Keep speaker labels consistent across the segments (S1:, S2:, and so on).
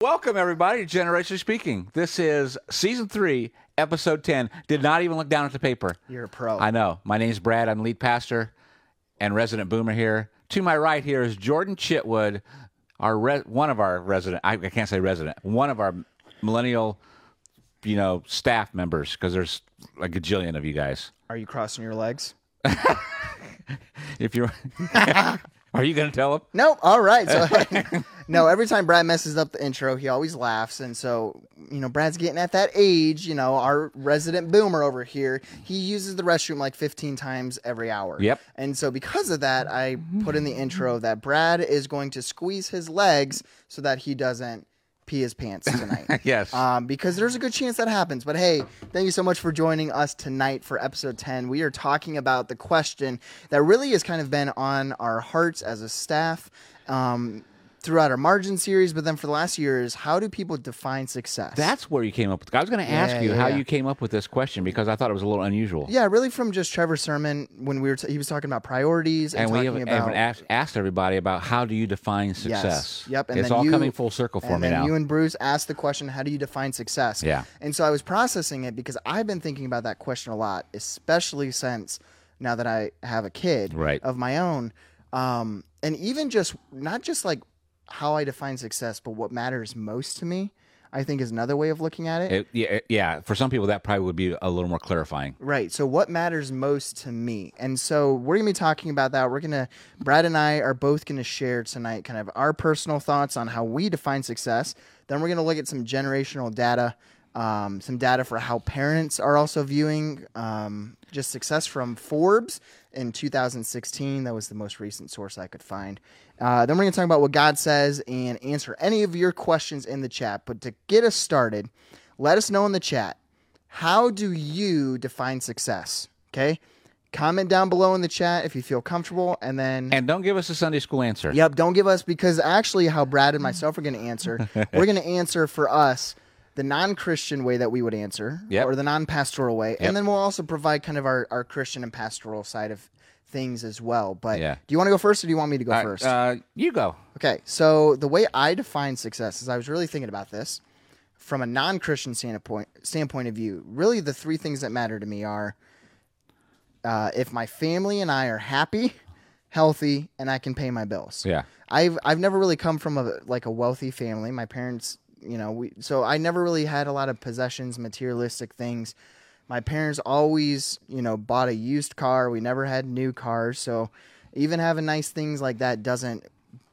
S1: Welcome, everybody, to Generation Speaking. This is season three, episode 10. Did not even look down at the paper.
S2: You're a pro.
S1: I know. My name's Brad. I'm lead pastor and resident boomer here. To my right here is Jordan Chitwood, our re- one of our resident, I, I can't say resident, one of our millennial, you know, staff members, because there's a gajillion of you guys.
S2: Are you crossing your legs?
S1: If you're, are you going to tell them?
S2: No. All right. So, no. Every time Brad messes up the intro, he always laughs, and so you know Brad's getting at that age. You know, our resident boomer over here, he uses the restroom like 15 times every hour.
S1: Yep.
S2: And so because of that, I put in the intro that Brad is going to squeeze his legs so that he doesn't pee his pants tonight.
S1: Yes.
S2: um, because there's a good chance that happens. But hey, thank you so much for joining us tonight for episode 10. We are talking about the question that really has kind of been on our hearts as a staff um, throughout our margin series, but then for the last year is how do people define success?
S1: That's where you came up with. I was going to ask
S2: Yeah,
S1: you
S2: yeah,
S1: how
S2: yeah.
S1: you came up with this question because I thought it was a little unusual.
S2: yeah, really from just Trevor Sermon when we were t- he was talking about priorities and,
S1: and we
S2: talking
S1: haven't,
S2: about
S1: haven't asked, asked everybody about how do you define success?
S2: Yep, and
S1: it's
S2: then
S1: all
S2: you-
S1: coming full circle for
S2: and
S1: me
S2: then
S1: now.
S2: you and Bruce asked the question, "How do you define success?"
S1: Yeah.
S2: And so I was processing it because I've been thinking about that question a lot, especially since now that I have a kid
S1: Right.
S2: of my own, um, and even just not just like how I define success, but what matters most to me, I think is another way of looking at it.
S1: It- yeah, it- yeah, for some people that probably would be a little more clarifying.
S2: Right. So, what matters most to me? And so, we're going to be talking about that. We're going to, Brad and I are both going to share tonight kind of our personal thoughts on how we define success. Then, we're going to look at some generational data, um, some data for how parents are also viewing um, just success from Forbes in 2016. That was the most recent source I could find. Uh, then, we're going to talk about what God says and answer any of your questions in the chat. But to get us started, let us know in the chat. How do you define success? Okay. Comment down below in the chat if you feel comfortable. And then,
S1: And don't give us a Sunday school answer.
S2: yep, don't give us because actually, how Brad and myself are going to answer, we're going to answer for us the non Christian way that we would answer
S1: Yep.
S2: or the non pastoral way.
S1: Yep.
S2: And then we'll also provide kind of our, our Christian and pastoral side of things as well. But
S1: Yeah.
S2: do you want to go first or do you want me to go
S1: All right,
S2: first?
S1: uh, you go.
S2: Okay, so the way I define success is I was really thinking about this from a non-Christian standpoint standpoint of view. Really, the three things that matter to me are uh, if my family and I are happy, healthy, and I can pay my bills.
S1: Yeah.
S2: I've I've never really come from a like a wealthy family. My parents, you know, we so I never really had a lot of possessions, materialistic things. My parents always, you know, bought a used car. We never had new cars, so even having nice things like that doesn't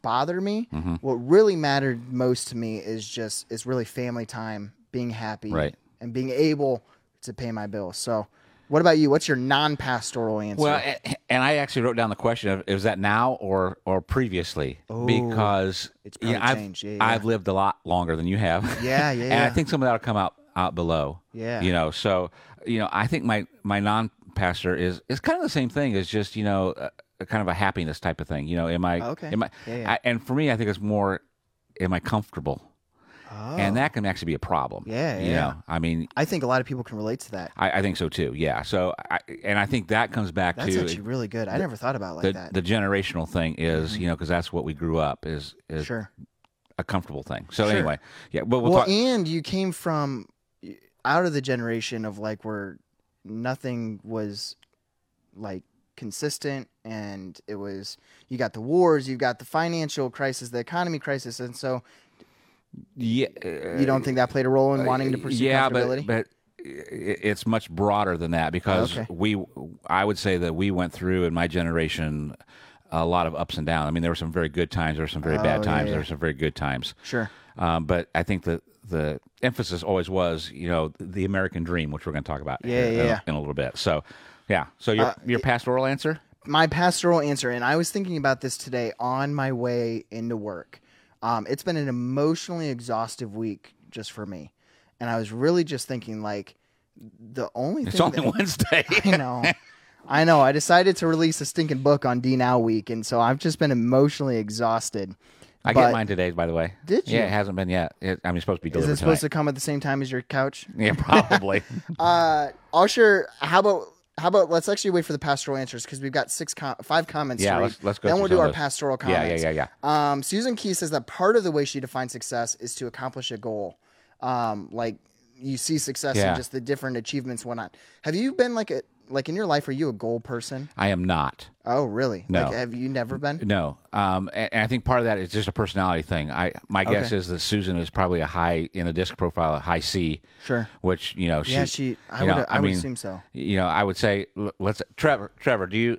S2: bother me.
S1: Mm-hmm.
S2: What really mattered most to me is just is really family time, being happy,
S1: Right.
S2: and being able to pay my bills. So, what about you? What's your non-pastoral answer?
S1: Well, a- and I actually wrote down the question of is that now or or previously because
S2: It's
S1: yeah,
S2: probably
S1: I've,
S2: changed. Yeah, yeah.
S1: I've lived a lot longer than you have.
S2: Yeah, yeah,
S1: and I
S2: yeah.
S1: think some of that will come out out below.
S2: Yeah.
S1: you know, so you know, I think my my non pastor is is kind of the same thing. It's just you know, uh, kind of a happiness type of thing. You know, am I
S2: Oh, Okay.
S1: Am I,
S2: Yeah, yeah.
S1: I? And for me, I think it's more, am I comfortable?
S2: Oh.
S1: And that can actually be a problem.
S2: Yeah,
S1: you
S2: yeah.
S1: know, I mean,
S2: I think a lot of people can relate to that.
S1: I, I think so too. Yeah. So, I, and I think that comes back
S2: That's
S1: to
S2: actually really good. I never thought about it like
S1: the,
S2: that. Mm-hmm.
S1: the generational thing is you know because that's what we grew up is is
S2: sure.
S1: a comfortable thing. So
S2: Sure.
S1: anyway, yeah, but we'll,
S2: Well,
S1: talk.
S2: and you came from out of the generation of like where nothing was like consistent and it was you got the wars, you got the financial crisis, the economy crisis, and so
S1: yeah,
S2: you don't think that played a role in wanting to pursue
S1: Uh, yeah,
S2: comfortability?
S1: but but i- it's much broader than that because
S2: Okay.
S1: we I would say that we went through in my generation a lot of ups and downs. I mean, there were some very good times, there were some very
S2: Oh,
S1: bad
S2: yeah,
S1: times,
S2: yeah.
S1: there were some very good times.
S2: sure.
S1: Um, but I think that the emphasis always was, you know, the American dream, which we're going to talk about
S2: Yeah,
S1: in,
S2: yeah, Uh, yeah.
S1: in a little bit. So, yeah. So your your pastoral answer?
S2: my pastoral answer, and I was thinking about this today on my way into work. Um, it's been an emotionally exhaustive week just for me, and I was really just thinking like the only
S1: It's
S2: thing
S1: only
S2: that-
S1: Wednesday.
S2: I know. I know. I decided to release a stinking book on D Now Week, and so I've just been emotionally exhausted.
S1: I
S2: But
S1: get mine today, by the way.
S2: Did you?
S1: Yeah, it hasn't been yet. It, I mean, it's supposed to be
S2: Is
S1: delivered
S2: it supposed
S1: tonight.
S2: to come at the same time as your couch?
S1: Yeah, probably.
S2: Uh, I'll share. How about how about let's actually wait for the pastoral answers because we've got six, com- five comments.
S1: Yeah,
S2: to read.
S1: let's- let's go
S2: Then
S1: through
S2: we'll
S1: some
S2: do
S1: of
S2: our
S1: those.
S2: pastoral
S1: Yeah, yeah,
S2: comments.
S1: yeah,
S2: yeah. Um, Susan Key says that part of the way she defines success is to accomplish a goal. Um, like you see success
S1: Yeah.
S2: in just the different achievements, whatnot. Have you been like a like in your life? Are you a goal person?
S1: I am not.
S2: Oh, really?
S1: No.
S2: Like, have you never been?
S1: No, um, and, and I think part of that is just a personality thing. I my guess
S2: Okay.
S1: is that Susan is probably a high in the disc profile, a high C.
S2: Sure.
S1: Which you know she.
S2: Yeah, she. I
S1: you
S2: would.
S1: know,
S2: I, would assume so.
S1: You know, I would say l- let's Trevor. Trevor, do you?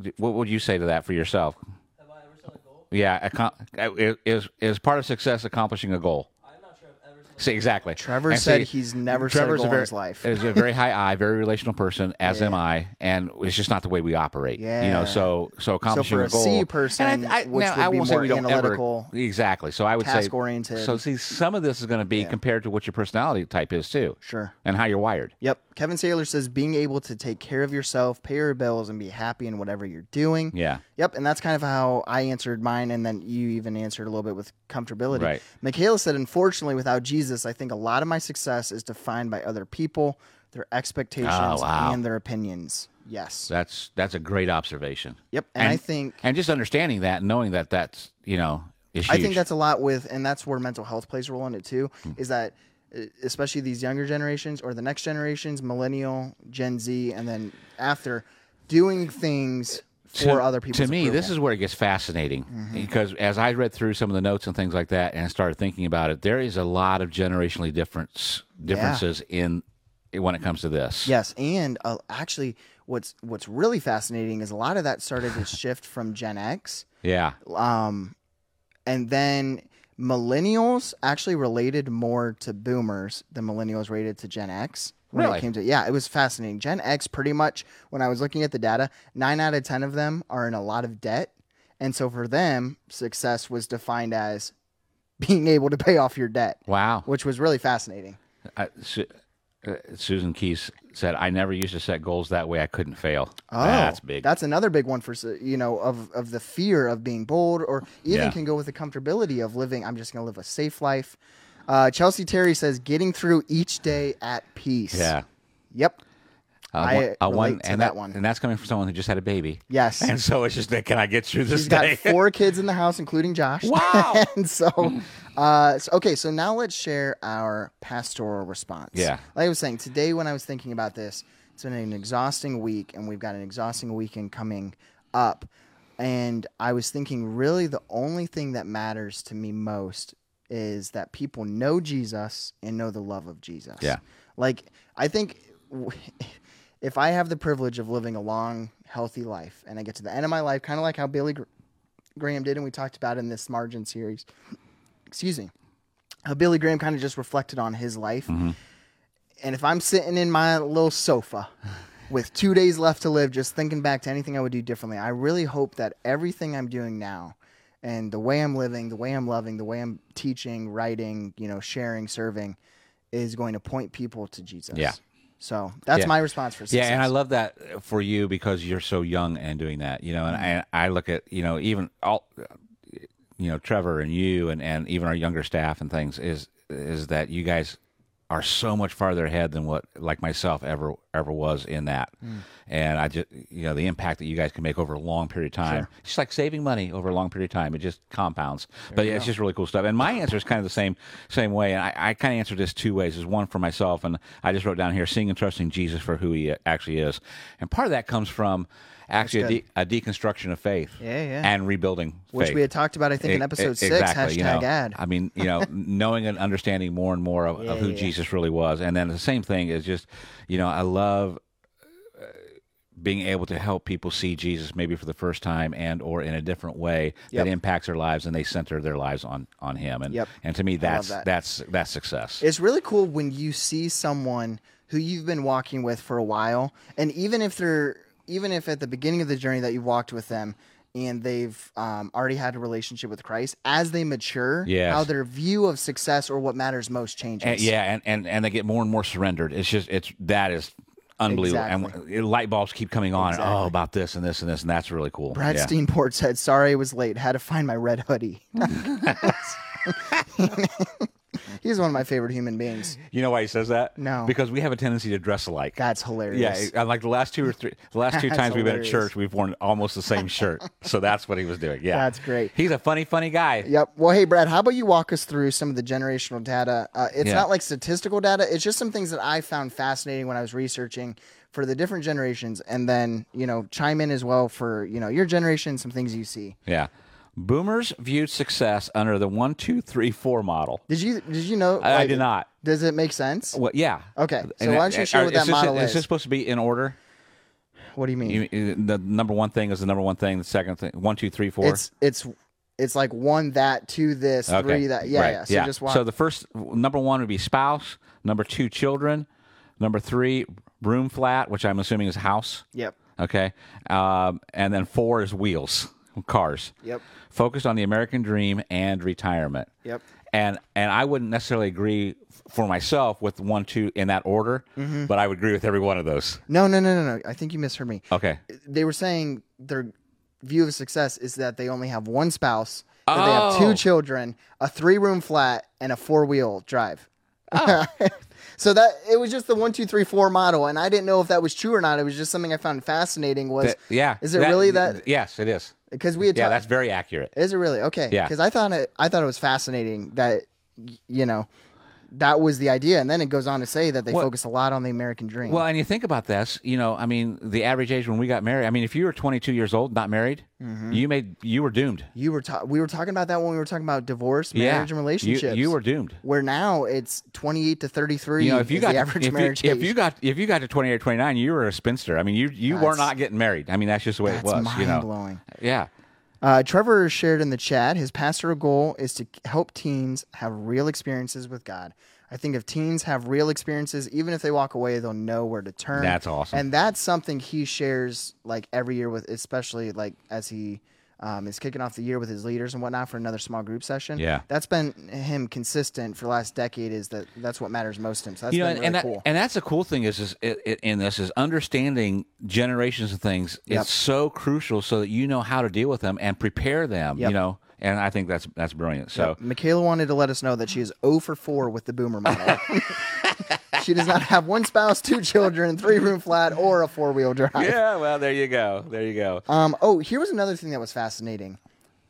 S1: d- What would you say to that for yourself?
S3: Have I ever set a goal?
S1: Yeah, accom- uh, is is part of success accomplishing a goal?
S3: I'm not sure I've ever set a
S1: See, exactly.
S2: Trevor
S1: And
S2: said he's never set a
S1: Trevor's
S2: goal in
S1: very,
S2: his life.
S1: Is a very high I, very relational person, as am I, and it's just not the way we operate. you
S2: Yeah.
S1: know. So so
S2: So
S1: accomplishing
S2: for a
S1: goal.
S2: C
S1: And
S2: person,
S1: I, I,
S2: which
S1: now,
S2: would
S1: I
S2: be
S1: won't say
S2: more
S1: we don't ever-
S2: analytical,
S1: exactly. So I would say
S2: task-oriented.
S1: So see, some of this is going to be compared to what your personality type is too.
S2: Sure.
S1: And how you're wired.
S2: Yep. Kevin Saylor says being able to take care of yourself, pay your bills, and be happy in whatever you're doing.
S1: Yeah.
S2: Yep. And that's kind of how I answered mine, and then you even answered a little bit with comfortability.
S1: Right.
S2: Michaela said, unfortunately, without Jesus, I think a lot of my success is defined by other people, their expectations,
S1: Oh, wow.
S2: and their opinions. Yes.
S1: That's that's a great observation.
S2: Yep. And, I think
S1: and just understanding that, and knowing that that's you know is
S2: I
S1: huge. Hmm.
S2: think that's a lot with, and that's where mental health plays a role in it too. Is that uh, especially these younger generations or the next generations, millennial, Gen Z, and then after doing things for
S1: to,
S2: other people.
S1: To me, this is where it gets fascinating
S2: Mm-hmm.
S1: because as I read through some of the notes and things like that, and started thinking about it, there is a lot of generationally difference differences in when it comes to this.
S2: yes, and uh, actually, what's what's really fascinating is a lot of that started to shift from Gen X,
S1: Yeah.
S2: um, and then millennials actually related more to boomers than millennials related to Gen X. When
S1: Really?
S2: it came to yeah, it was fascinating. Gen X pretty much when I was looking at the data, nine out of ten of them are in a lot of debt. And so for them, success was defined as being able to pay off your debt,
S1: Wow.
S2: which was really fascinating.
S1: I- Su- uh, Susan Keys said, "I never used to set goals that way. I couldn't fail.
S2: Oh,
S1: that's big.
S2: That's another big one for s- you know of of the fear of being bold, or even
S1: Yeah.
S2: can go with the comfortability of living. I'm just going to live a safe life. Uh, Chelsea Terry says, "Getting through each day at peace."
S1: yeah,
S2: Yep.
S1: uh,
S2: I
S1: one- uh, one-
S2: relate to
S1: and
S2: that one.
S1: and that's coming from someone who just had a baby.
S2: Yes.
S1: and so it's just that can I get through this
S2: He's got
S1: day?
S2: four kids in the house, including Josh.
S1: Wow.
S2: and so, uh, so- okay, so now let's share our pastoral response.
S1: Yeah.
S2: Like I was saying, today when I was thinking about this, it's been an exhausting week, and we've got an exhausting weekend coming up. And I was thinking, really, the only thing that matters to me most is that people know Jesus and know the love of Jesus.
S1: Yeah.
S2: Like, I think w- if I have the privilege of living a long, healthy life and I get to the end of my life, kind of like how Billy Gr- Graham did, and we talked about in this margin series, excuse me, how Billy Graham kind of just reflected on his life.
S1: Mm-hmm.
S2: And if I'm sitting in my little sofa with two days left to live, just thinking back to anything I would do differently, I really hope that everything I'm doing now and the way I'm living, the way I'm loving, the way I'm teaching, writing, you know, sharing, serving is going to point people to Jesus.
S1: Yeah.
S2: So that's
S1: Yeah.
S2: my response for
S1: yeah,
S2: success.
S1: and I love that for you because you're so young and doing that. You know, and
S2: Mm-hmm.
S1: I, I look at you know even all, you know Trevor and you and and even our younger staff and things is is that you guys are so much farther ahead than what like myself ever ever was in that.
S2: Hmm.
S1: And I just you know the impact that you guys can make over a long period of time. It's just like saving money over a long period of time. It just compounds. but yeah, it's just really cool stuff. And my answer is kind of the same same way. And I, I kind of answered this two ways. Is one for myself and I just wrote down here seeing and trusting Jesus for who he actually is. And part of that comes from actually a, de- a deconstruction of faith.
S2: Yeah, yeah.
S1: And rebuilding
S2: which
S1: faith.
S2: we had talked about, I think, in
S1: E-
S2: episode
S1: e-
S2: six,
S1: exactly,
S2: hashtag
S1: you know.
S2: ad.
S1: I mean, you know, knowing and understanding more and more of, of who
S2: yeah, yeah.
S1: Jesus really was, and then the same thing is just, you know, I love uh, being able to help people see Jesus maybe for the first time and or in a different way
S2: Yep.
S1: that impacts their lives and they center their lives on on Him. And
S2: Yep.
S1: and to me, that's
S2: that.
S1: that's that's success.
S2: It's really cool when you see someone who you've been walking with for a while, and even if they're even if at the beginning of the journey that you walked with them and they've um, already had a relationship with Christ, as they mature,
S1: Yes.
S2: how their view of success or what matters most changes.
S1: And- yeah, and, and and they get more and more surrendered. It's just it's that is unbelievable, and uh, light bulbs keep coming on. Oh, about this and this and this, and that's really cool.
S2: Brad
S1: Yeah.
S2: Steenport said, "Sorry, I was late. Had to find my red hoodie." he He's one of my favorite human beings.
S1: You know why he says that?
S2: No.
S1: Because we have a tendency to dress alike.
S2: That's hilarious.
S1: Yeah, and like the last two or three, the last two
S2: That's
S1: times we've been at
S2: hilarious.
S1: church, we've worn almost the same shirt. so that's what he was doing. Yeah,
S2: That's great.
S1: He's a funny, funny guy.
S2: Yep. Well, hey, Brad, how about you walk us through some of the generational data? Uh, it's
S1: Yeah.
S2: not like statistical data, it's just some things that I found fascinating when I was researching for the different generations. And then, you know, chime in as well for, you know, your generation, some things you see.
S1: Yeah. Boomers viewed success under the one, two, three, four model.
S2: Did you did you know?
S1: I- I did not.
S2: Does it make sense?
S1: Well, yeah.
S2: Okay, Oh, so
S1: And
S2: why don't you
S1: it-
S2: share
S1: are-
S2: what that
S1: this-
S2: model
S1: Is
S2: is.
S1: this supposed to be in order?
S2: What do you mean?
S1: You, you- the number one thing is the number one thing. The second thing, one, two, three, four.
S2: It's it's it's like one that, two this, three that. Yeah,
S1: Right.
S2: yeah. So just walk.
S1: So the first number one would be spouse. Number two, children. Number three, room flat, which I'm assuming is house.
S2: yep.
S1: Okay. Um, and then four is wheels, cars.
S2: Yep.
S1: Focused on the American dream and retirement.
S2: Yep.
S1: And and I wouldn't necessarily agree f- for myself with one, two in that order,
S2: Mm-hmm.
S1: but I would agree with every one of those.
S2: No, no, no, no, no. I think you misheard me.
S1: Okay.
S2: They were saying their view of success is that they only have one spouse, that they have two
S1: Oh.
S2: children, a three-room flat, and a four-wheel drive.
S1: Oh.
S2: so that it was just the one, two, three, four model, and I didn't know if that was true or not. It was just something I found fascinating. Was
S1: Th- yeah.
S2: Is it really that?
S1: Yes, it is.
S2: Because we had
S1: Yeah,
S2: talked-
S1: that's very accurate.
S2: Is it really okay?
S1: Yeah.
S2: Because I thought it, I thought it was fascinating that y- you know that was the idea, and then it goes on to say that they
S1: Well-
S2: focus a lot on the American dream.
S1: Well, and you think about this, you know, I mean, the average age when we got married, I mean, if you were 22 years old, not married,
S2: Mm-hmm.
S1: you made you were doomed.
S2: you were ta- we were talking about that when we were talking about divorce,
S1: Yeah.
S2: marriage, and
S1: You-
S2: relationships.
S1: You, were doomed.
S2: where now it's twenty eight to thirty three.
S1: You know, if you got
S2: the average
S1: if,
S2: marriage
S1: you, if
S2: age.
S1: you got if you got to 28 or 29, you were a spinster. I mean, you you were
S2: That's-
S1: not getting married. I mean, that's just the way
S2: that's
S1: it was,
S2: mind
S1: you know.
S2: blowing.
S1: Yeah.
S2: Uh, Trevor shared in the chat his pastoral goal is to help teens have real experiences with God. I think if teens have real experiences, even if they walk away, they'll know where to turn.
S1: That's awesome.
S2: And that's something he shares like every year with, especially like as he um, is kicking off the year with his leaders and whatnot for another small group session.
S1: Yeah.
S2: that's been him consistent for the last decade. Is that that's what matters most to him. So that's
S1: you know,
S2: been
S1: and,
S2: really
S1: and that,
S2: cool.
S1: and that's the cool thing is, is it, it, in this is understanding generations of things.
S2: Yep.
S1: It's so crucial so that you know how to deal with them and prepare them.
S2: Yep.
S1: You know, and I think that's that's brilliant. So
S2: Michaela wanted to let us know that she is 0 for 4 with the boomer model. she does not have one spouse, two children, three room flat, or a four wheel drive.
S1: yeah, well, there you go, there you go.
S2: Um, oh, here was another thing that was fascinating.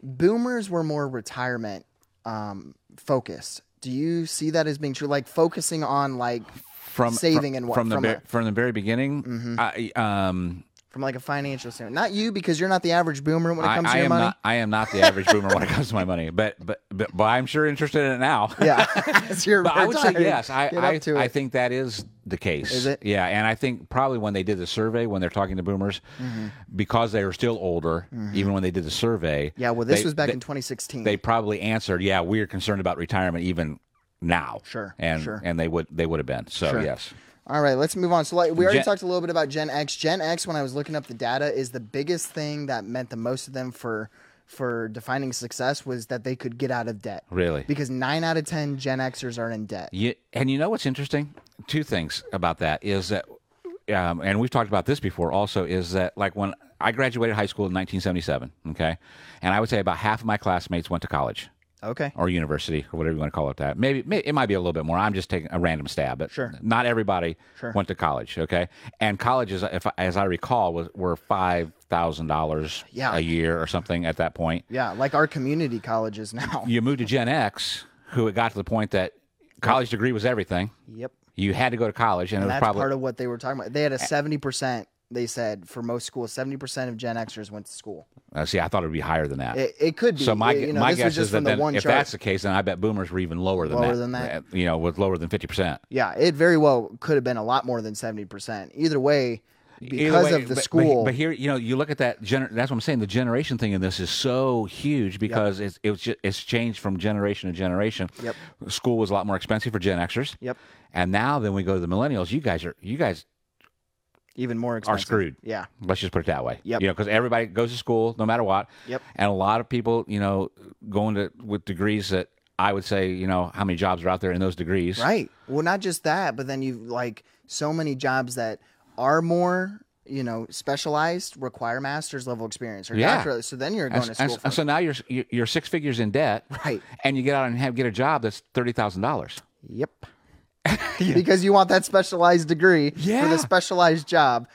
S2: Boomers were more retirement um, focused. Do you see that as being true? Like focusing on like
S1: from
S2: saving
S1: from,
S2: and what-
S1: from the
S2: from
S1: ve-
S2: a- Mm-hmm.
S1: from the very beginning. I um
S2: from like a financial standpoint. Not you because you're not the average boomer when it
S1: I,
S2: comes
S1: I
S2: to your
S1: am
S2: money.
S1: not I am not the average boomer when it comes to my money, but but but, but I'm sure interested in it now.
S2: Yeah, So you're
S1: But I would say
S2: retired.
S1: yes. I
S2: Get up
S1: I,
S2: to
S1: I
S2: it.
S1: think that is the case.
S2: Is it?
S1: Yeah, and I think probably when they did the survey, when they're talking to boomers,
S2: Mm-hmm.
S1: because they were still older, even when they did the survey.
S2: yeah. Well, this
S1: they-
S2: was back
S1: they,
S2: in 2016.
S1: They probably answered, "Yeah, we're concerned about retirement even now."
S2: Sure,
S1: and
S2: sure.
S1: and they would they would have been. So yes,
S2: All right, let's move on. So, like, we already
S1: Gen-
S2: talked a little bit about Gen X. Gen X, when I was looking up the data, is the biggest thing that meant the most to them for for defining success was that they could get out of debt.
S1: really.
S2: Because nine out of ten Gen Xers are in debt.
S1: Yeah, and you know what's interesting? Two things about that is that, um, and we've talked about this before. Also, is that like when I graduated high school in 1977, okay, and I would say about half of my classmates went to college
S2: Okay.
S1: or university or whatever you want to call it. That maybe, may it might be a little bit more. I'm just taking a random stab, but
S2: Sure.
S1: not everybody
S2: Sure.
S1: went to college, okay. And colleges, if as I recall, was were five thousand dollars
S2: Yeah.
S1: a year or something at that point.
S2: Yeah, like our community colleges now.
S1: You moved to Gen X, who it got to the point that college degree was everything.
S2: Yep.
S1: You had to go to college, and, it was
S2: That's
S1: probably
S2: part of what they were talking about. They had a seventy percent. They said for most schools, seventy percent of Gen Xers went to school.
S1: Uh, see, I thought it would be higher than that.
S2: It, it could be.
S1: so my
S2: you know,
S1: my
S2: this
S1: guess
S2: was just
S1: is
S2: from
S1: that
S2: the
S1: then,
S2: one
S1: if
S2: chart.
S1: that's the case, then I bet boomers were even lower than
S2: Lower
S1: that.
S2: than that.
S1: Uh, You know, with lower than fifty percent.
S2: Yeah, it very well could have been a lot more than 70%. Either way, because of the
S1: but,
S2: school.
S1: But, here, you know, you look at that. Gener- that's what I'm saying. The generation thing in this is so huge because it's it's ju- it's changed from generation to generation.
S2: Yep.
S1: School was a lot more expensive for Gen Xers.
S2: Yep.
S1: And now, then we go to the millennials. You guys are you guys
S2: even more
S1: are
S2: expensive.
S1: screwed.
S2: Yeah.
S1: Let's just put it that way.
S2: Yep.
S1: You know, because everybody goes to school no matter what.
S2: Yep.
S1: And a lot of people, you know, going to with degrees that I would say, you know, how many jobs are out there in those degrees?
S2: Right. Well, not just that, but then you like so many jobs that are more, you know, specialized require master's level experience or
S1: Yeah.
S2: doctorate. So then you're
S1: And,
S2: going to
S1: s- and
S2: school
S1: s-
S2: for
S1: and so now you're you're six figures in debt,
S2: Right.
S1: And you get out and have, get a job that's thirty thousand dollars.
S2: Yep. Because you want that specialized degree for
S1: Yeah.
S2: the specialized job,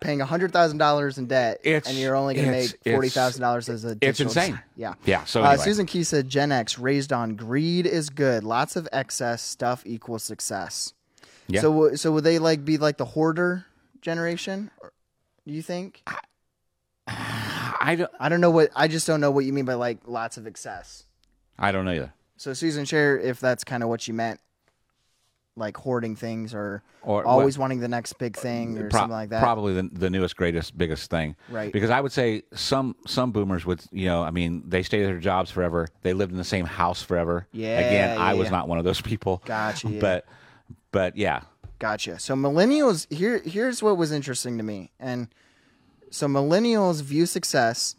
S2: paying hundred thousand dollars in debt,
S1: It's-
S2: and you're only going to
S1: it's-
S2: make forty thousand dollars as a.
S1: It's
S2: digital
S1: insane.
S2: design. Yeah.
S1: Yeah. So
S2: Uh,
S1: anyway.
S2: Susan Key said Gen X raised on greed is good. Lots of excess stuff equals success.
S1: Yeah.
S2: So w- so would they like be like the hoarder generation? or- Do you think?
S1: I don't.
S2: I don't know what I just don't know what you mean by like lots of excess.
S1: I don't know either.
S2: So Susan, share if that's kind of what you meant, like hoarding things or,
S1: Or
S2: always wanting the next big thing or
S1: Pro-
S2: something like that.
S1: Probably the, the newest, greatest, biggest thing.
S2: Right.
S1: Because I would say some some boomers would, you know, I mean, they stayed at their jobs forever. They lived in the same house forever.
S2: Yeah,
S1: Again, I
S2: yeah,
S1: was
S2: yeah.
S1: not one of those people.
S2: Gotcha, yeah.
S1: But but yeah,
S2: Gotcha. So millennials here here's what was interesting to me. And so millennials view success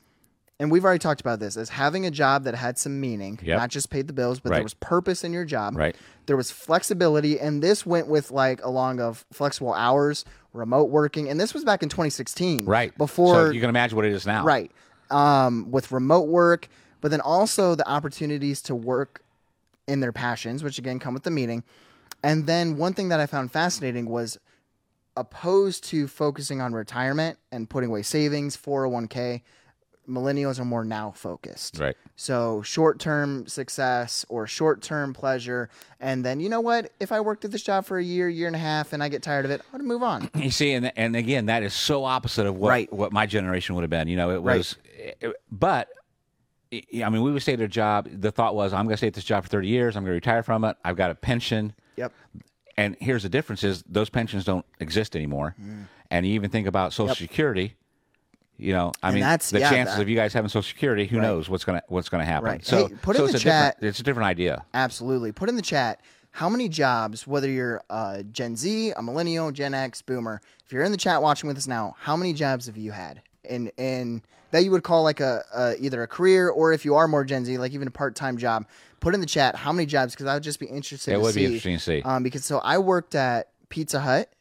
S2: and we've already talked about this as having a job that had some meaning,
S1: Yep.
S2: not just paid the bills, but
S1: Right.
S2: there was purpose in your job.
S1: Right.
S2: There was flexibility and this went with like along of flexible hours, remote working, and this was back in 2016.
S1: right.
S2: Before
S1: so you can imagine what it is now.
S2: right um, with remote work but then also the opportunities to work in their passions which again come with the meeting and then one thing that i found fascinating was opposed to focusing on retirement and putting away savings 401k millennials are more now focused
S1: Right.
S2: so short term success or short term pleasure and then you know what if i worked at this job for a year year and a half and i get tired of it i'm gonna move on
S1: You see, and and again, that is so opposite of what
S2: Right.
S1: what my generation would have been. You know, it
S2: Right.
S1: was, it- but. I- I mean, we would stay at a job. The thought was, I'm going to stay at this job for 30 years. I'm going to retire from it. I've got a pension.
S2: yep
S1: and here's the difference is those pensions don't exist anymore
S2: Mm.
S1: and you even think about social security you know i
S2: And
S1: mean
S2: that's-
S1: the
S2: yeah,
S1: chances
S2: that-
S1: of you guys having social security who knows what's gonna what's gonna happen
S2: Right.
S1: so
S2: Hey, put
S1: so
S2: in
S1: it's
S2: the
S1: a different-
S2: chat-
S1: it's a different idea
S2: Absolutely. Put in the chat how many jobs, whether you're uh, Gen Z, a millennial, Gen X, Boomer, if you're in the chat watching with us now, how many jobs have you had? And and that you would call like a, a either a career or if you are more Gen Z, like even a part time job. Put in the chat how many jobs because I would just be interested.
S1: It
S2: to
S1: would be
S2: see,
S1: interesting to see.
S2: Um, because so I worked at Pizza Hut,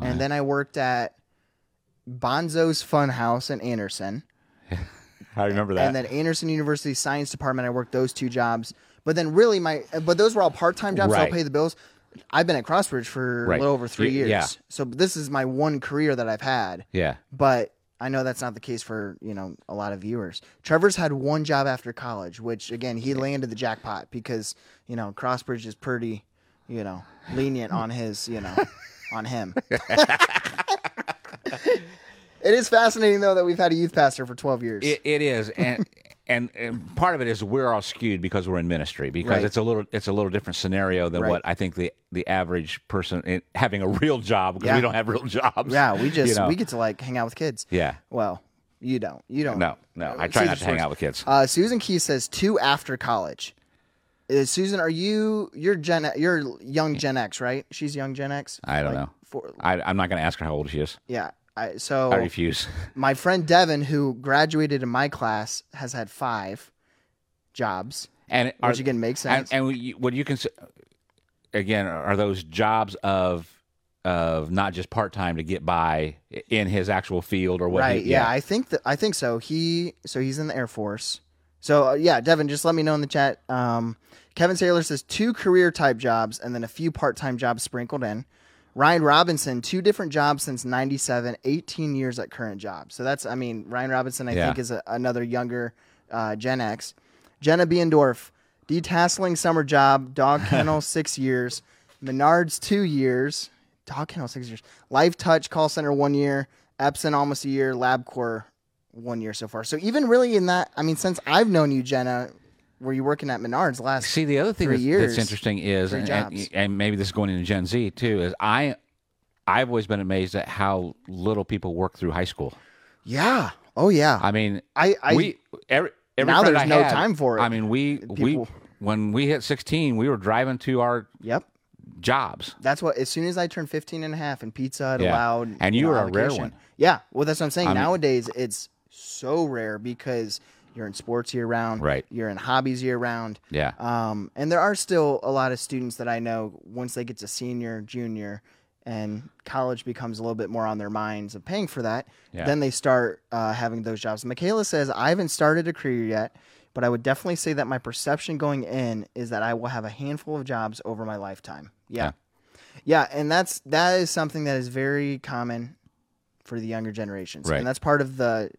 S2: and then I worked at Bonzo's Funhouse in Anderson.
S1: i remember that
S2: And then Anderson University Science Department, I worked those two jobs. But then really my but those were all part time jobs, so
S1: Right.
S2: I'll pay the bills. I've been at Crossbridge for
S1: Right.
S2: a little over three
S1: Y-
S2: years.
S1: yeah.
S2: So this is my one career that I've had.
S1: yeah
S2: But I know that's not the case for, you know, a lot of viewers. Trevor's had one job after college, which again he landed the jackpot because, you know, Crossbridge is pretty, you know, lenient on his, you know, on him. It is fascinating though that we've had a youth pastor for twelve years.
S1: It, it is, and, and and part of it is we're all skewed because we're in ministry because
S2: Right.
S1: it's a little it's a little different scenario than
S2: Right.
S1: what I think the the average person in, having a real job because
S2: Yeah.
S1: we don't have real jobs.
S2: Yeah, we just
S1: you know?
S2: we get to like hang out with kids.
S1: Yeah.
S2: Well, you don't. You don't.
S1: No, no, I
S2: It's
S1: try
S2: either
S1: not to hang
S2: choice.
S1: out with kids.
S2: Uh, Susan Key says two after college. Uh, Susan, are you you're Gen you're young Gen X, right? She's young Gen X.
S1: I don't know.
S2: Four,
S1: I, I'm not going to ask her how old she is.
S2: yeah. I, so
S1: I refuse.
S2: my friend Devin, who graduated in my class, has had five jobs,
S1: And are,
S2: which again makes
S1: and,
S2: sense.
S1: and would you- would you consider again? Are those jobs of of not just part time to get by in his actual field or what? he-
S2: right? yeah. I think that I think so. He so he's in the Air Force. So uh, yeah, Devin, just let me know in the chat. Um, Kevin Saylor says two career type jobs and then a few part time jobs sprinkled in. Ryan Robinson, two different jobs since 97, 18 years at current job. So that's, I mean, Ryan Robinson, I
S1: Yeah.
S2: think, is a, another younger uh, Gen X. Jenna Biendorf, detasseling summer job, dog kennel, six years. Menards, two years. Dog kennel, six years. Life Touch, call center, one year. Epson, almost a year. LabCorp, one year so far. So even really in that, I mean, since I've known you, Jenna, were you working at Menards last?
S1: See, the other thing
S2: Three
S1: that's,
S2: years,
S1: that's interesting is,
S2: three
S1: and, and,
S2: jobs.
S1: and maybe this is going into Gen Z too, is I I've always been amazed at how little people work through high school.
S2: yeah. Oh yeah.
S1: I mean,
S2: I I
S1: we every, every
S2: Now
S1: friend
S2: there's
S1: I
S2: no
S1: had,
S2: time for it.
S1: I mean, we we
S2: People-
S1: when we hit 16, we were driving to our
S2: yep.
S1: jobs.
S2: That's what as soon as I turned 15 and a half and Pizza Hut
S1: Yeah.
S2: allowed
S1: And you
S2: know,
S1: were a rare
S2: allocation.
S1: one.
S2: Yeah. Well, that's what I'm saying. Nowadays it's so rare because you're in sports year round.
S1: Right.
S2: You're in hobbies year round.
S1: Yeah.
S2: Um, and there are still a lot of students that I know once they get to senior, junior, and college becomes a little bit more on their minds of paying for that,
S1: Yeah.
S2: then they start uh, having those jobs. Michaela says, I haven't started a career yet. but I would definitely say that my perception going in is that I will have a handful of jobs over my lifetime. Yeah. Yeah, and that's that is something that is very common for the younger generations.
S1: Right.
S2: And that's part of the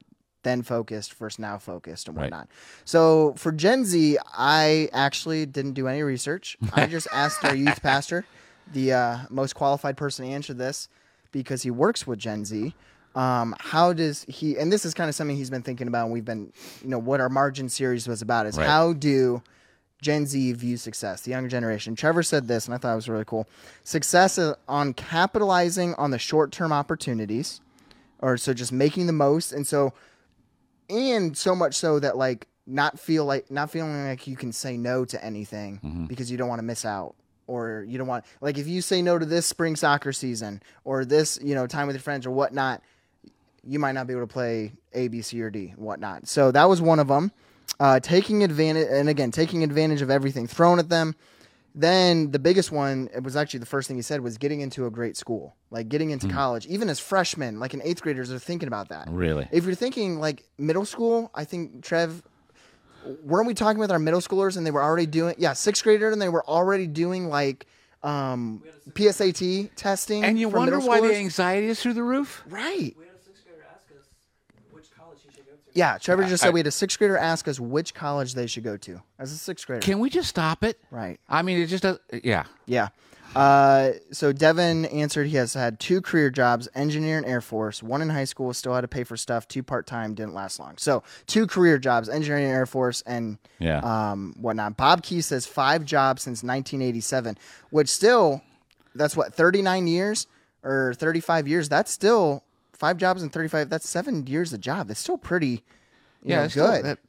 S2: then focused versus now focused and
S1: Right.
S2: whatnot. So for Gen Z, I actually didn't do any research. I just asked our youth pastor, the uh, most qualified person to answer this, because he works with Gen Z. Um, how does he? And this is kind of something he's been thinking about. And we've been, you know, what our margin series was about is
S1: Right.
S2: how do Gen Z view success, the younger generation. Trevor said this, and I thought it was really cool. Success is on capitalizing on the short term opportunities, or so just making the most. And so, and so much so that like not feel like not feeling like you can say no to anything because you don't want to miss out or you don't want like if you say no to this spring soccer season or this you know time with your friends or whatnot you might not be able to play a b c or d whatnot so that was one of them uh, taking advantage and again taking advantage of everything thrown at them then the biggest one it was actually the first thing he said was getting into a great school like getting into college even as freshmen like in eighth graders are thinking about that
S1: Really?
S2: if you're thinking like middle school, I think Trev, weren't we talking with our middle schoolers and they were already doing yeah sixth grader and they were already doing like um, PSAT testing
S1: And you
S2: for
S1: wonder
S2: middle
S1: why
S2: schoolers?
S1: the anxiety is through the roof?
S2: right.
S3: We had a sixth grader ask us which college he should go to.
S2: Yeah, Trevor just
S1: I-
S2: said we had a sixth grader ask us which college they should go to as a sixth grader.
S1: Can we just stop it?
S2: right.
S1: I mean, it just does. Yeah.
S2: Yeah. Uh, so Devin answered he has had two career jobs, engineer and Air Force, one in high school, still had to pay for stuff, two part time, didn't last long. So two career jobs, engineering and Air Force and
S1: Yeah.
S2: um, whatnot. Bob Key says five jobs since 1987, which still, that's what, 39 years or 35 years? That's still five jobs in 35, that's seven years a job. That's still pretty you know,
S1: it's still-
S2: good.
S1: that-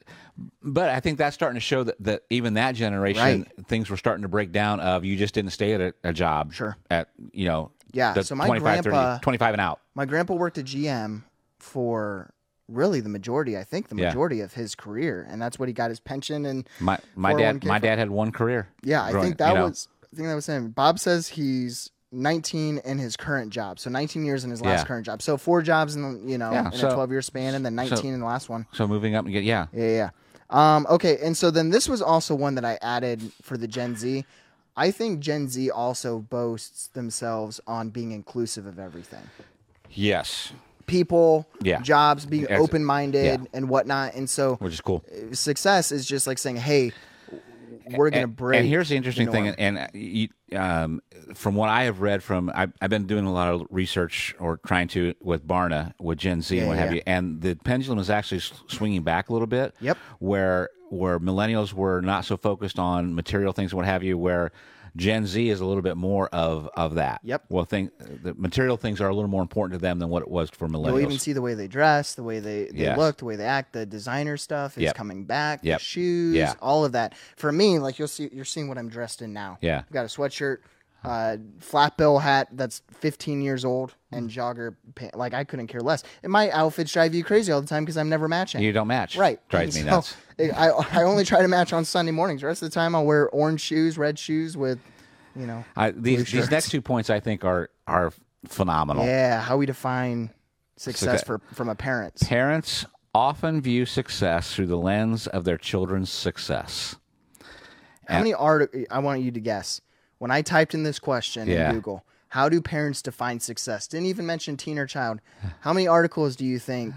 S1: but I think that's starting to show that, that even that generation, things were starting to break down. Of you just didn't stay at a, a job.
S2: Sure.
S1: At you know.
S2: Yeah,
S1: the
S2: so my
S1: 25, 30
S2: grandpa-
S1: 25 and out.
S2: My grandpa worked at GM for really the majority, I think the
S1: Yeah.
S2: majority of his career, and that's what he got his pension and
S1: My my dad
S2: 401k
S1: my
S2: for-
S1: dad had one career.
S2: yeah, I
S1: growing-
S2: think that
S1: you know.
S2: was I think that was him. Bob says he's 19 in his current job, so 19 years in his last
S1: Yeah.
S2: current job, so four jobs in you know
S1: Yeah,
S2: in a
S1: so-
S2: 12 year span, and then 19 in the last one.
S1: so moving up and get yeah.
S2: Yeah, yeah. yeah. Um, okay, and so then this was also one that I added for the Gen Z. I think Gen Z also boasts themselves on being inclusive of everything.
S1: Yes.
S2: people,
S1: Yeah.
S2: jobs, being
S1: Ex-
S2: open minded
S1: yeah.
S2: and whatnot. And so
S1: Which is cool.
S2: success is just like saying, hey, we're going to
S1: And-
S2: break.
S1: And here's the interesting
S2: the
S1: thing,
S2: norm.
S1: and, and you, um, from what I have read, from I've, I've been doing a lot of research or trying to with Barna, with Gen Z, and what
S2: yeah,
S1: have
S2: yeah.
S1: you, and the pendulum is actually s- swinging back a little bit.
S2: Yep.
S1: Where where millennials were not so focused on material things and what have you, where Gen Z is a little bit more of of that.
S2: Yep.
S1: Well, thing the material things are a little more important to them than what it was for millennials.
S2: You'll even see the way they dress, the way they, they
S1: Yes.
S2: look, the way they act, the designer stuff is
S1: Yep.
S2: coming back,
S1: Yep.
S2: the shoes,
S1: Yeah.
S2: all of that. For me, like you'll see, you're seeing what I'm dressed in now.
S1: Yeah.
S2: I've got a sweatshirt, uh, flat bill hat that's 15 years old, and jogger pants. Like I couldn't care less. And my outfits drive you crazy all the time because I'm never matching.
S1: you don't match.
S2: Right.
S1: Drives me
S2: And
S1: nuts.
S2: it- I, I only try to match on Sunday mornings. The rest of the time, I'll wear orange shoes, red shoes with, you know,
S1: I, these these
S2: shirts.
S1: next two points I think are are phenomenal.
S2: yeah, how we define success
S1: Success.
S2: for, from a parent's.
S1: Parents often view success through the lens of their children's success.
S2: How many art? I want you to guess. When I typed in this question
S1: Yeah.
S2: in Google, how do parents define success? Didn't even mention teen or child. How many articles do you think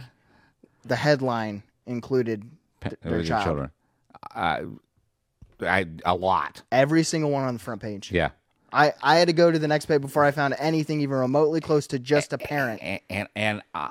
S2: the headline included th-
S1: with
S2: their
S1: your
S2: child?
S1: children. I, I, a lot.
S2: Every single one on the front page.
S1: Yeah.
S2: I, I had to go to the next page before I found anything even remotely close to just a parent.
S1: And and, and uh,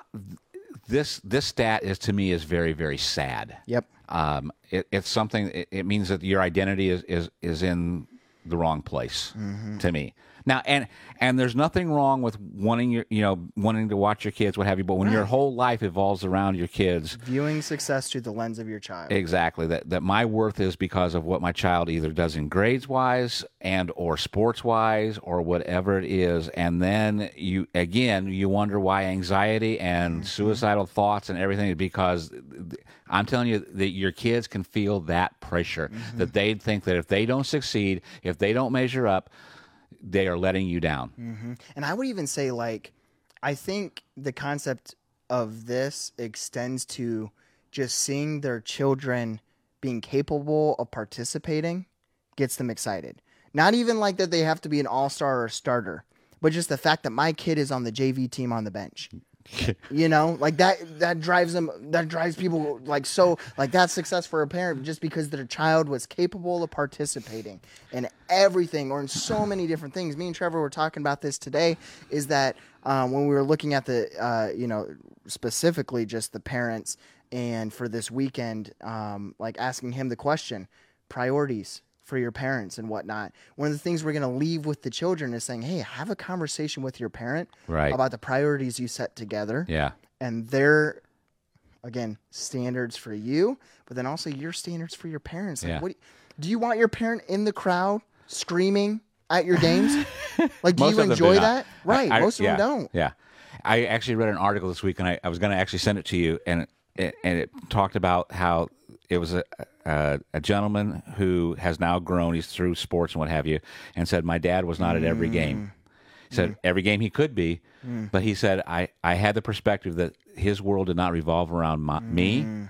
S1: this this stat is to me is very very sad.
S2: Yep.
S1: Um, it, it's something. It, it means that your identity is is is in the wrong place
S2: Mm-hmm.
S1: to me. Now, and and there's nothing wrong with wanting your you know wanting to watch your kids, what have you. But when
S2: Mm.
S1: your whole life evolves around your kids,
S2: viewing success through the lens of your child.
S1: Exactly. That that my worth is because of what my child either does in grades wise and or sports wise or whatever it is. And then you again you wonder why anxiety and suicidal thoughts and everything is because I'm telling you that your kids can feel that pressure that they think that if they don't succeed, if they don't measure up, they are letting you down.
S2: and I would even say like I think the concept of this extends to just seeing their children being capable of participating gets them excited. Not even like that they have to be an all star or a starter, but just the fact that my kid is on the JV team on the bench. you know, like that that drives them that drives people like so like that's success for a parent just because their child was capable of participating in everything or in so many different things. Me and Trevor were talking about this today is that um, when we were looking at the uh, you know specifically just the parents and for this weekend um, like asking him the question priorities for your parents and whatnot. One of the things we're going to leave with the children is saying, hey, have a conversation with your parent
S1: Right.
S2: about the priorities you set together
S1: Yeah.
S2: and their, again, standards for you, but then also your standards for your parents. Like,
S1: Yeah.
S2: what do you, do you want your parent in the crowd screaming at your games? like, do
S1: Most
S2: you
S1: of them do
S2: enjoy
S1: not.
S2: that? Right.
S1: I- I-
S2: most of
S1: yeah,
S2: them don't.
S1: Yeah, I actually read an article this week, and I, I was going to actually send it to you, and it, and it talked about how it was a, a a gentleman who has now grown. He's through sports and what have you, and said my dad was not at every
S2: Mm.
S1: game. He said every game he could be, but he said I I had the perspective that his world did not revolve around my,
S2: Mm.
S1: me.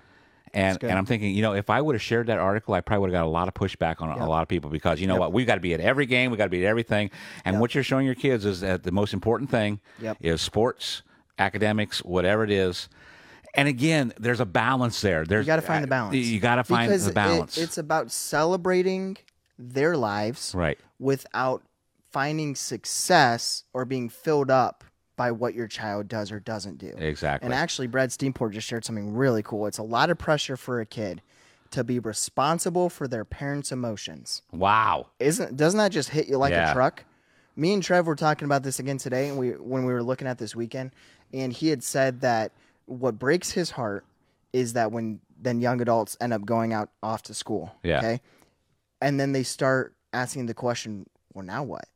S1: And, and I'm thinking, you know, if I would have shared that article, I probably would have got a lot of pushback on a- a lot of people because you know what, we've got to be at every game, we've got to be at everything. And what you're showing your kids is that the most important thing
S2: Yep.
S1: is sports, academics, whatever it is. And again, there's a balance there. There's
S2: You got to find
S1: I-
S2: the balance.
S1: You got to find
S2: Because
S1: the
S2: it-
S1: balance.
S2: it's about celebrating their lives.
S1: right.
S2: without finding success or being filled up by what your child does or doesn't do.
S1: Exactly.
S2: And actually, Brad Steenport just shared something really cool. It's a lot of pressure for a kid to be responsible for their parents' emotions.
S1: wow.
S2: Isn't doesn't that just hit you like
S1: Yeah.
S2: a truck? Me and Trev were talking about this again today, and we when we were looking at this weekend, and he had said that what breaks his heart is that when then young adults end up going out off to school.
S1: Yeah.
S2: Okay. And then they start asking the question, well, now what?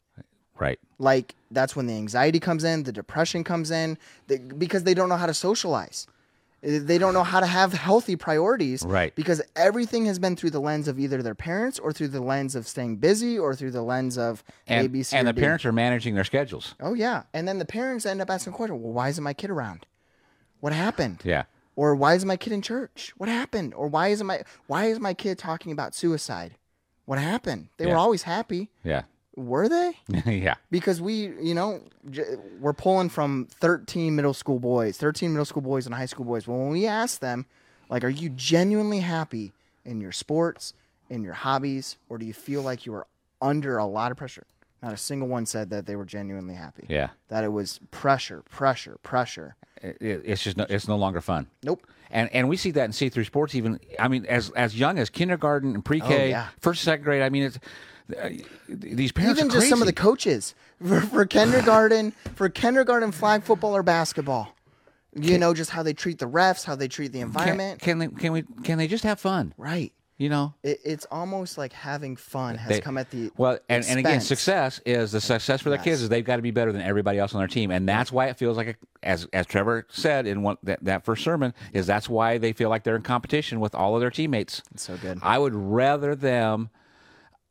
S1: Right.
S2: like that's when the anxiety comes in the depression comes in the, because they don't know how to socialize Uh, they don't know how to have healthy priorities
S1: Right.
S2: because everything has been through the lens of either their parents or through the lens of staying busy or through the lens of
S1: And,
S2: A, B, C,
S1: and
S2: or
S1: the
S2: D.
S1: parents are managing their schedules.
S2: oh yeah and then the parents end up asking the question well why isn't my kid around what happened
S1: Yeah.
S2: or why is my kid in church what happened or why isn't my why is my kid talking about suicide what happened they
S1: Yeah.
S2: were always happy
S1: Yeah.
S2: were they
S1: yeah.
S2: because we, you know, j- we're pulling from 13 middle school boys, 13 middle school boys and high school boys. Well, when we ask them, like, are you genuinely happy in your sports, in your hobbies, or do you feel like you are under a lot of pressure? Not a single one said that they were genuinely happy.
S1: Yeah.
S2: That it was pressure, pressure, pressure.
S1: It- it- it's just no, it's no longer fun.
S2: Nope.
S1: And and we see that in see through sports. Even I mean, as as young as kindergarten and pre
S2: Oh,
S1: K,
S2: yeah.
S1: first second grade. I mean, it's uh, these parents
S2: Even
S1: are
S2: just some of the
S1: crazy.
S2: coaches for, for kindergarten, for kindergarten flag football or basketball. You know, just how they treat the refs, how they treat the environment.
S1: Can, can they can we can they just have fun?
S2: right.
S1: You know,
S2: it, it's almost like having fun has
S1: They-
S2: come at the
S1: well, and, and again,
S2: expense.
S1: success is the success for their kids is they've got to be better than everybody else on their team, and that's why it feels like a, as as Trevor said in one that, that first sermon is that's why they feel like they're in competition with all of their teammates.
S2: So good.
S1: I would rather them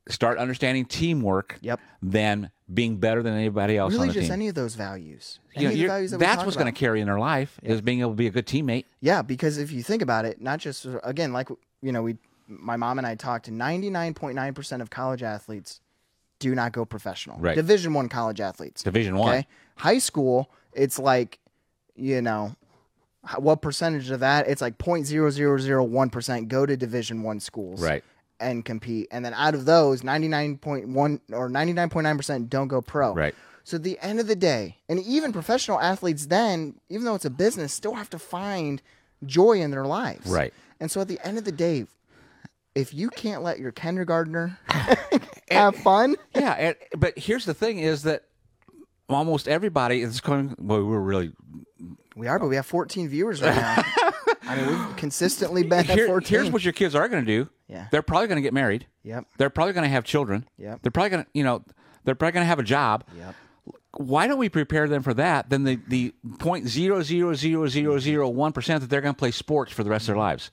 S1: start understanding teamwork
S2: Yep.
S1: than being better than anybody else on
S2: really,
S1: the
S2: just
S1: team.
S2: any of those values.
S1: You know,
S2: Any of the
S1: you're-
S2: values that we
S1: that's
S2: talk
S1: what's
S2: about.
S1: going to carry in their life is being able to be a good teammate.
S2: Yeah, because if you think about it, not just again, like you know, we, my mom and I talked. Ninety nine point nine percent of college athletes do not go professional.
S1: Right.
S2: Division one college athletes.
S1: Division one.
S2: Okay. High school, it's like, you know, h- what percentage of that? It's like 0.0001% go to division 1 schools.
S1: Right.
S2: And compete. And then out of those, 99.1 or 99.9% don't go pro.
S1: Right.
S2: So at the end of the day, and even professional athletes then, even though it's a business, still have to find joy in their lives.
S1: Right.
S2: And so at the end of the day, if you can't let your kindergartner have fun,
S1: yeah, and, but here's the thing: is that almost everybody is going. Well, we're really
S2: We are, but we have 14 viewers right now. I mean, we've consistently been
S1: Here-
S2: at 14.
S1: here's what your kids are going to do.
S2: Yeah.
S1: they're probably going to get married.
S2: Yep.
S1: they're probably going to have children.
S2: Yep.
S1: they're probably going to you know they're probably going to have a job.
S2: Yep.
S1: Why don't we prepare them for that? Then the the point zero zero zero zero zero one percent that they're going to play sports for the rest of their lives.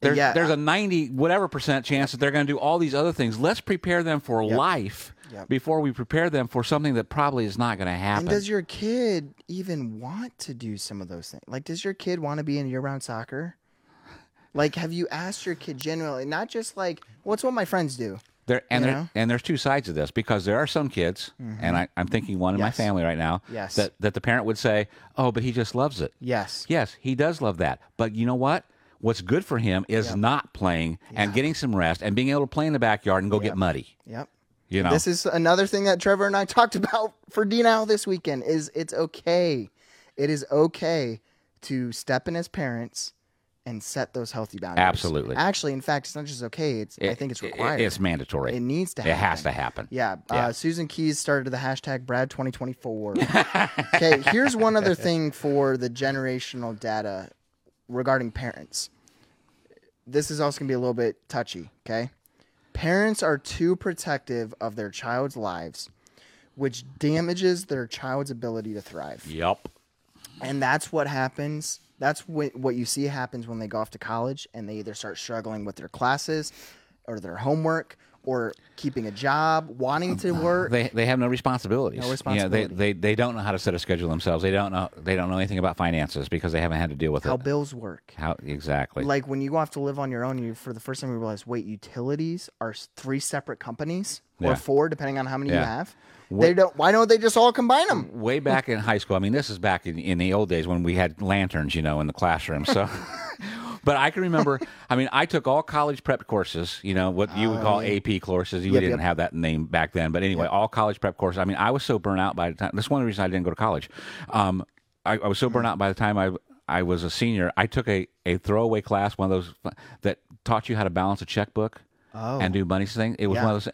S1: There's,
S2: Mm-hmm. Yeah.
S1: there's a 90 whatever percent chance that they're going to do all these other things. Let's prepare them for life
S2: Yep.
S1: before we prepare them for something that probably is not going to happen.
S2: and does your kid even want to do some of those things? Like, does your kid want to be in year round soccer? Like, have you asked your kid generally, not just like, what's what my friends do?
S1: There and
S2: You
S1: there,
S2: know? Mm-hmm.
S1: and there's two sides to this because there are some kids, and I, I'm thinking one in my
S2: Yes.
S1: family right now.
S2: Yes.
S1: That that the parent would say, "Oh, but he just loves it."
S2: Yes.
S1: Yes, he does love that. But you know what? What's good for him is not playing and getting some rest and being able to play in the backyard and go get muddy.
S2: Yep.
S1: You know.
S2: This is another thing that Trevor and I talked about for D now this weekend is it's okay. It is okay to step in as parents and set those healthy boundaries.
S1: Absolutely.
S2: Actually, in fact, it's not just okay. It's I
S1: It-
S2: think it's
S1: it-
S2: required.
S1: it's mandatory.
S2: it needs to
S1: It has to
S2: happen.
S1: happen.
S2: Yeah,
S1: Yeah.
S2: Uh, Susan Keys started the hashtag Brad2024. okay, here's one other thing for the generational data regarding parents. This is also going to be a little bit touchy, okay? Parents are too protective of their child's lives, which damages their child's ability to thrive.
S1: Yep.
S2: And that's what happens. That's what, what you see happens when they go off to college and they either start struggling with their classes or their homework or keeping a job, wanting to work.
S1: They, they have no responsibilities.
S2: No
S1: You know,
S2: responsibility.
S1: they, they they don't know how to set a schedule themselves. They don't know they don't know anything about finances because they haven't had to deal with
S2: how
S1: it.
S2: bills work.
S1: How exactly?
S2: Like when you go off to live on your own, you for the first time you realize, wait, utilities are s- three separate companies
S1: Yeah.
S2: or four, depending on how many you
S1: Yeah.
S2: have. They don't. Why don't they just all combine them?
S1: way back in high school. I mean, this is back in, in the old days when we had lanterns, you know, in the classroom. So, but I can remember. I mean, I took all college prep courses. You know what you would call AP courses. You
S2: Ah, Yep,
S1: didn't
S2: yep.
S1: have that name back then, but anyway, all college prep courses. I mean, I was so burnt out by the time. That's one of the reasons I didn't go to college. Um, I, I was so burnt
S2: Hmm.
S1: out by the time I. I was a senior. I took a, a throwaway class, one of those that taught you how to balance a checkbook and do money things. It was
S2: Oh. Yeah.
S1: one of those.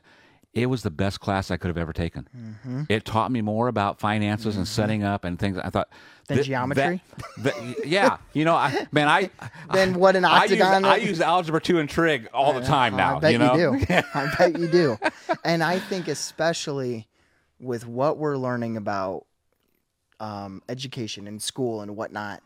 S1: It was the best class I could have ever taken.
S2: Mm-hmm.
S1: It taught me more about finances and setting up and things. I thought
S2: Than
S1: thi-
S2: geometry?
S1: that- that- yeah, you know, I, man, I
S2: Then what an
S1: Mm. I use,
S2: octagon-
S1: I use algebra two and trig all the time now.
S2: Oh, I bet
S1: you know,
S2: do. I bet you do. And I think especially with what we're learning about um, education and school and whatnot,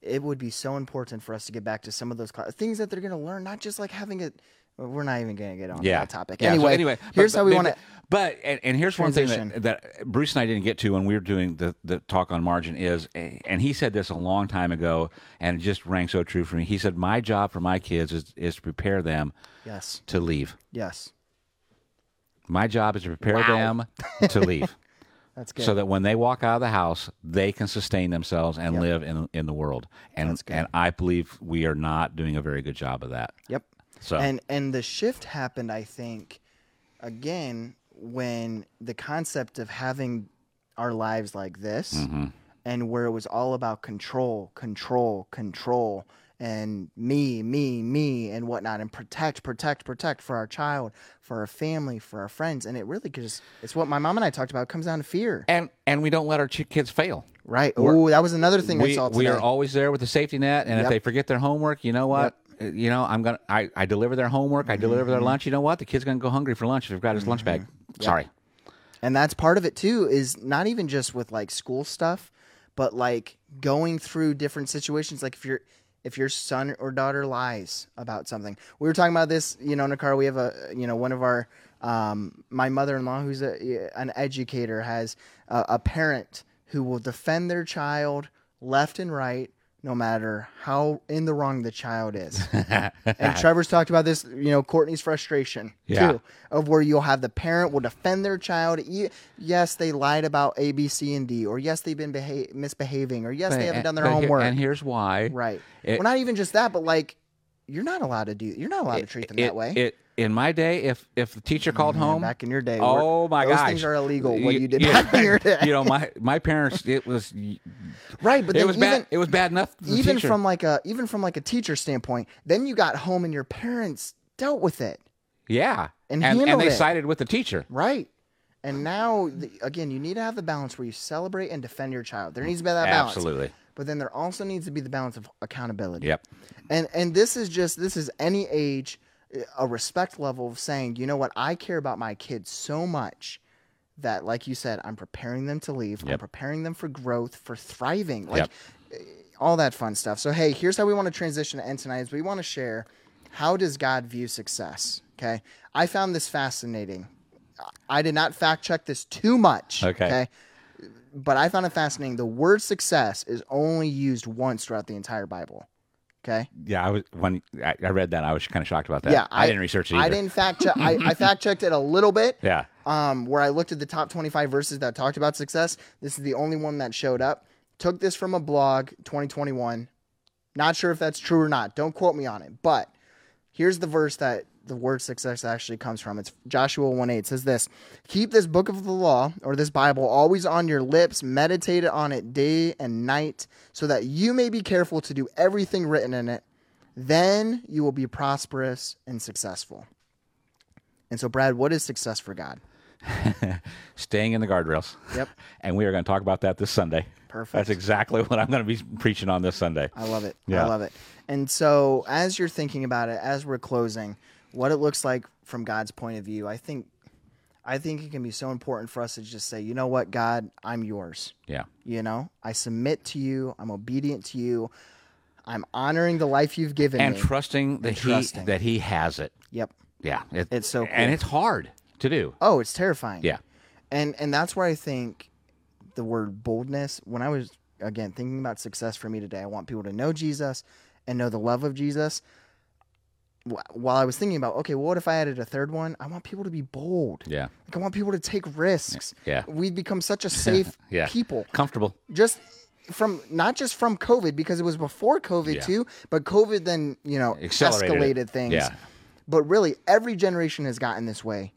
S2: it would be so important for us to get back to some of those cla- things that they're going to learn, not just like having it. We're not even going to get on
S1: yeah.
S2: that topic.
S1: Yeah, so
S2: anyway,
S1: anyway, but-
S2: here's how we
S1: but-
S2: want to.
S1: But and, and here's one thing
S2: Transition.
S1: that, that Bruce and I didn't get to when we were doing the, the talk on margin is, and he said this a long time ago, and it just rang so true for me. He said, "My job for my kids is is to prepare them
S2: Yes.
S1: to leave.
S2: Yes.
S1: My job is to prepare them to leave."
S2: That's good.
S1: so that when they walk out of the house, they can sustain themselves and live in in the world. And and I believe we are not doing a very good job of that.
S2: Yep.
S1: So-
S2: and and the shift happened, I think, again when the concept of having our lives like this,
S1: Mm-hmm.
S2: and where it was all about control, control, control, and me, me, me, and whatnot, and protect, protect, protect for our child, for our family, for our friends, and it really just it's what my mom and I talked about. It comes down to fear,
S1: And and we don't let our ch- kids fail.
S2: right? Oh, that was another thing we
S1: We,
S2: saw today.
S1: we are always there with the safety net, and if
S2: Yep.
S1: they forget their homework, you know what? Uh, You know, I'm gonna I, I deliver their homework,
S2: Mm-hmm,
S1: I deliver their lunch. You know what? The kid's gonna go hungry for lunch if they've got his lunch bag. Sorry.
S2: And that's part of it too, is not even just with like school stuff, but like going through different situations. Like if your if your son or daughter lies about something, we were talking about this, you know, in a car. We have a, you know, one of our, um, my mother in law, who's a, an educator, has a, a parent who will defend their child left and right, no matter how in the wrong the child is. And Trevor's talked about this, you know, Courtney's frustration
S1: Yeah.
S2: too, of where you'll have the parent will defend their child. E- Yes, they lied about A, B, C, and D, or yes, they've been beha- misbehaving, or yes, they haven't
S1: And-
S2: done their
S1: but here-
S2: homework.
S1: and here's why.
S2: right.
S1: It-
S2: well, not even just that, but like, you're not allowed to do. You're not allowed to treat them that
S1: It-
S2: way. Mm-hmm,
S1: It, in my day, if if the teacher called
S2: Man,
S1: home
S2: back in your day,
S1: oh
S2: we're-
S1: my
S2: those
S1: gosh,
S2: things are illegal. What
S1: Y-
S2: you did
S1: yeah.
S2: back in your day,
S1: You know, my my parents, it was
S2: right? But
S1: it
S2: then
S1: was
S2: even
S1: bad. It was bad enough. to the
S2: even
S1: teacher.
S2: from like a even from like a teacher standpoint, then you got home and your parents dealt with it.
S1: yeah, and,
S2: and
S1: and
S2: handled
S1: they
S2: it.
S1: sided with the teacher.
S2: Right. And now, the, again, you need to have the balance where you celebrate and defend your child. There needs to be that balance.
S1: Absolutely.
S2: But then there also needs to be the balance of accountability.
S1: Yep.
S2: And and this is just this is any age, uh, a respect level of saying, you know what, I care about my kids so much that, like you said, I'm preparing them to leave. I'm
S1: Yep.
S2: preparing them for growth, for thriving, like all that fun stuff. So hey, here's how we want to transition to end tonight is we want to share how does God view success? Okay. I found this fascinating. I did not fact check this too much.
S1: Okay.
S2: But I found it fascinating. The word success is only used once throughout the entire Bible. Okay.
S1: Yeah, I was when I, I read that, I was kind of shocked about that.
S2: Yeah,
S1: I, didn't research it. Either.
S2: I didn't fact check. I, I fact checked it a little bit.
S1: Yeah.
S2: Um, where I looked at the top 25 verses that talked about success. This is the only one that showed up. Took this from a blog, 2021. Not sure if that's true or not. Don't quote me on it. But here's the verse that the word success actually comes from. It's Joshua 1 8 It says this Keep this book of the law or this Bible always on your lips, meditate on it day and night, so that you may be careful to do everything written in it. Then you will be prosperous and successful. And so, Brad, what is success for God?
S1: Staying in the guardrails.
S2: Yep.
S1: And we are going to talk about that this Sunday.
S2: Perfect.
S1: That's exactly what I'm going to be preaching on this Sunday.
S2: I love it.
S1: Yeah.
S2: I love it. And so, as you're thinking about it, as we're closing, what it looks like from God's point of view, I think, I think it can be so important for us to just say, you know what, God, I'm yours.
S1: Yeah.
S2: You know, I submit to you. I'm obedient to you. I'm honoring the life you've given
S1: And
S2: me.
S1: trusting that
S2: trusting.
S1: he that he has it.
S2: yep.
S1: Yeah. It-
S2: It's so cool.
S1: and it's hard to do.
S2: Oh, it's terrifying.
S1: Yeah.
S2: And and that's where I think the word boldness, when I was again thinking about success for me today, I want people to know Jesus and know the love of Jesus. Wh- While I was thinking about, okay, well, what if I added a third one? I want people to be bold.
S1: Yeah.
S2: Like I want people to take risks.
S1: Yeah.
S2: We've become such a safe
S1: Yeah.
S2: people.
S1: Comfortable.
S2: just from not just from COVID because it was before COVID
S1: Yeah.
S2: too, but COVID then you know
S1: Accelerated it.
S2: escalated things.
S1: Yeah.
S2: But really, every generation has gotten this way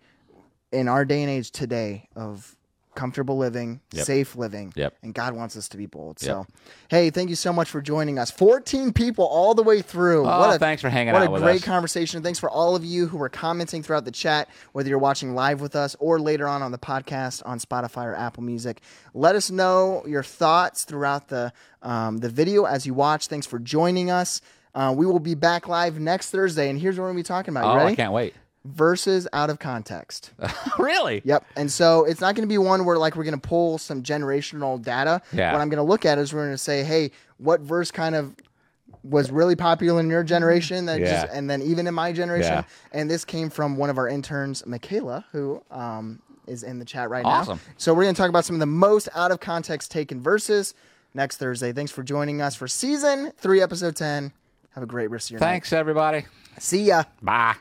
S2: in our day and age today of comfortable living,
S1: Yep.
S2: safe living,
S1: Yep.
S2: and God wants us to be bold. So, hey, thank you so much for joining us. Fourteen people all the way through.
S1: Oh, thanks for hanging
S2: what
S1: out
S2: a
S1: with
S2: great
S1: us.
S2: conversation. Thanks for all of you who were commenting throughout the chat, whether you're watching live with us or later on on the podcast on Spotify or Apple Music. Let us know your thoughts throughout the um, the video as you watch. Thanks for joining us. Uh, we will be back live next Thursday, and here's what we're gonna be talking about. You
S1: Oh, I
S2: ready?
S1: can't wait.
S2: Verses out of context.
S1: really?
S2: Yep. And so it's not going to be one where like we're going to pull some generational data.
S1: Yeah.
S2: What I'm going to look at is we're going to say, hey, what verse kind of was really popular in your generation that
S1: Yeah.
S2: just, and then even in my generation.
S1: Yeah.
S2: And this came from one of our interns, Michaela, who um, is in the chat right
S1: Awesome.
S2: now. So we're going to talk about some of the most out of context taken verses next Thursday. Thanks for joining us for season three, episode 10. Have a great rest of your
S1: Thanks everybody.
S2: night. See ya.
S1: Bye.